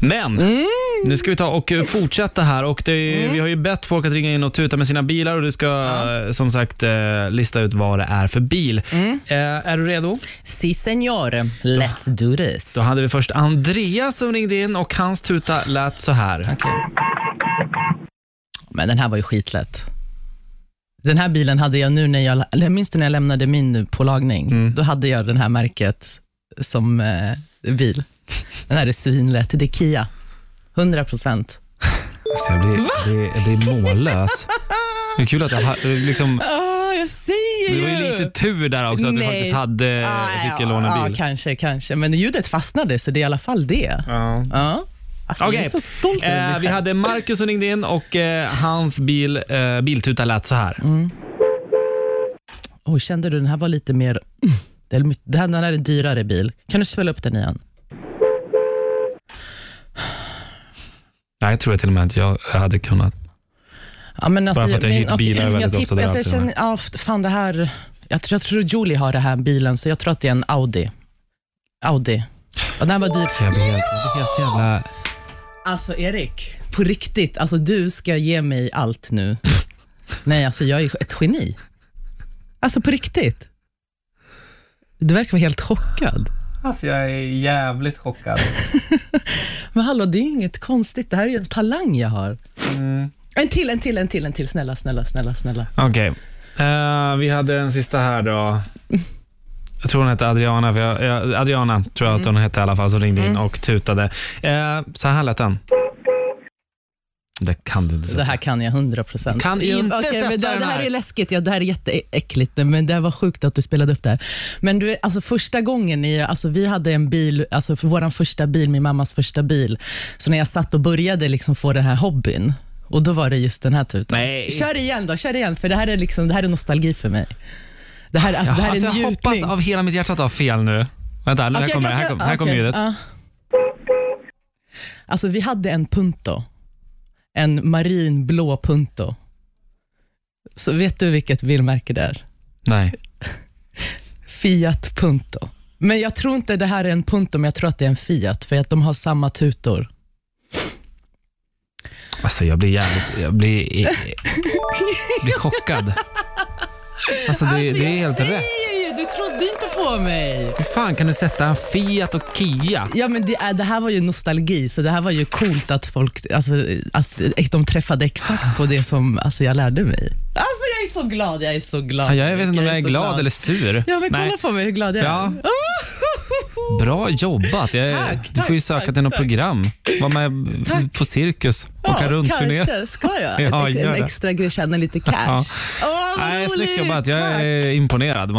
Men Mm. nu ska vi ta och eh, fortsätta här. Och det, är- Vi har ju bett folk att ringa in och tuta med sina bilar och du ska eh, som sagt eh, lista ut vad det är för bil. Mm. Eh, är du redo? Si senor, let's do this. Då hade vi först Andreas som ringde in och hans tuta lät så här. Okej. Men den här var ju skitlätt. Den här bilen hade jag nu när jag, eller jag minns det när jag lämnade min på lagning. Mm. Då hade jag den här märket som eh, bil. Den här är svinlätt. Det är Kia. 100 procent. Alltså, jag blir, jag blir, jag blir mållös. Det är kul att jag ha- liksom, jag säger det var ju lite tur där också att du Nej. Ah, faktiskt hade, fick låna bil. Ja, Ah, kanske, kanske. Men ljudet fastnade, så det är i alla fall det. Ja. Ja. Alltså, Jag Okej. är så stolt över Eh, mig vi själv. hade Marcus som ringde in och eh, hans bil, eh, biltuta lät så här. Oj, kände du den här var lite mer... Det är my- Det här, den här är en dyrare bil. Kan du spela upp den igen? Nej, jag tror till och med att jag hade kunnat. Ja, men alltså, Bara för att jag men, hyr okej, bilar väldigt jag ofta, tippar- det är alltså, jag alltid känner, ja, f- fan det här, jag tror, jag tror Julie har den här bilen, så jag tror att det är en Audi. Audi. Och den här var dyr. Jag blir helt, jag blir helt jävla... Alltså Erik, på riktigt, alltså, du ska ge mig allt nu. Nej, alltså jag är ett geni. Alltså på riktigt. Du verkar vara helt chockad. Alltså jag är jävligt chockad. Men hallå, det är inget konstigt. Det här är ju en talang jag har. Mm. En till, en till, en till, en till. Snälla, snälla, snälla, snälla. Okej. Eh, vi hade en sista här då. Jag tror hon hette Adriana, för jag, jag, Adriana tror jag att Mm. hon hette i alla fall, som ringde in och tutade. Eh, så här lät den. Det kan du inte säga. Det här kan jag 100 procent. Kan inte sätta men det, den det här här. är läskigt. Ja, det här är jätteäckligt, men det var sjukt att du spelade upp det här. Men du, alltså första gången i, alltså, vi hade en bil, alltså för vår första bil, min mammas första bil, så när jag satt och började liksom få den här hobbyn, och då var det just den här tutan. Nej. Kör igen då, kör igen, för det här är, liksom, det här är nostalgi för mig. Det här, alltså, Ja, det här är alltså, jag hoppas njutning. av hela mitt hjärta att ha fel nu. Vänta, nu, här Okej, kommer det. okej, Här kommer här okej, kommer ljudet. ja. Alltså vi hade en punto. En marinblå punto. Så vet du vilket bilmärke det är? Nej. Fiat Punto. Men jag tror inte det här är en Punto, men jag tror att det är en Fiat, för att de har samma tutor. Alltså jag blir jävligt, jag blir, jag blir chockad. Alltså det, det är helt rätt. säger ju, du trodde inte på mig! Hur fan kan du sätta en Fiat och Kia? Ja, men det, är- det här var ju nostalgi, så det här var ju coolt att folk, alltså, att de träffade exakt på det som alltså, jag lärde mig. Alltså jag är så glad, jag är så Ja, glad. jag vet inte om Jag jag är så glad eller sur. Ja, men Nej. kolla på mig hur glad jag Ja. är. Ah! Bra jobbat. Jag, Tack, du tack, får ju söka tack, till något tack. program. Var med på cirkus. Åka runt turné. Ah, Kanske, ska jag? Ja, Ett- gör en det. extra grej, tjäna lite cash. Åh, vad Nej, snyggt roligt. jobbat. Jag Tack. är imponerad.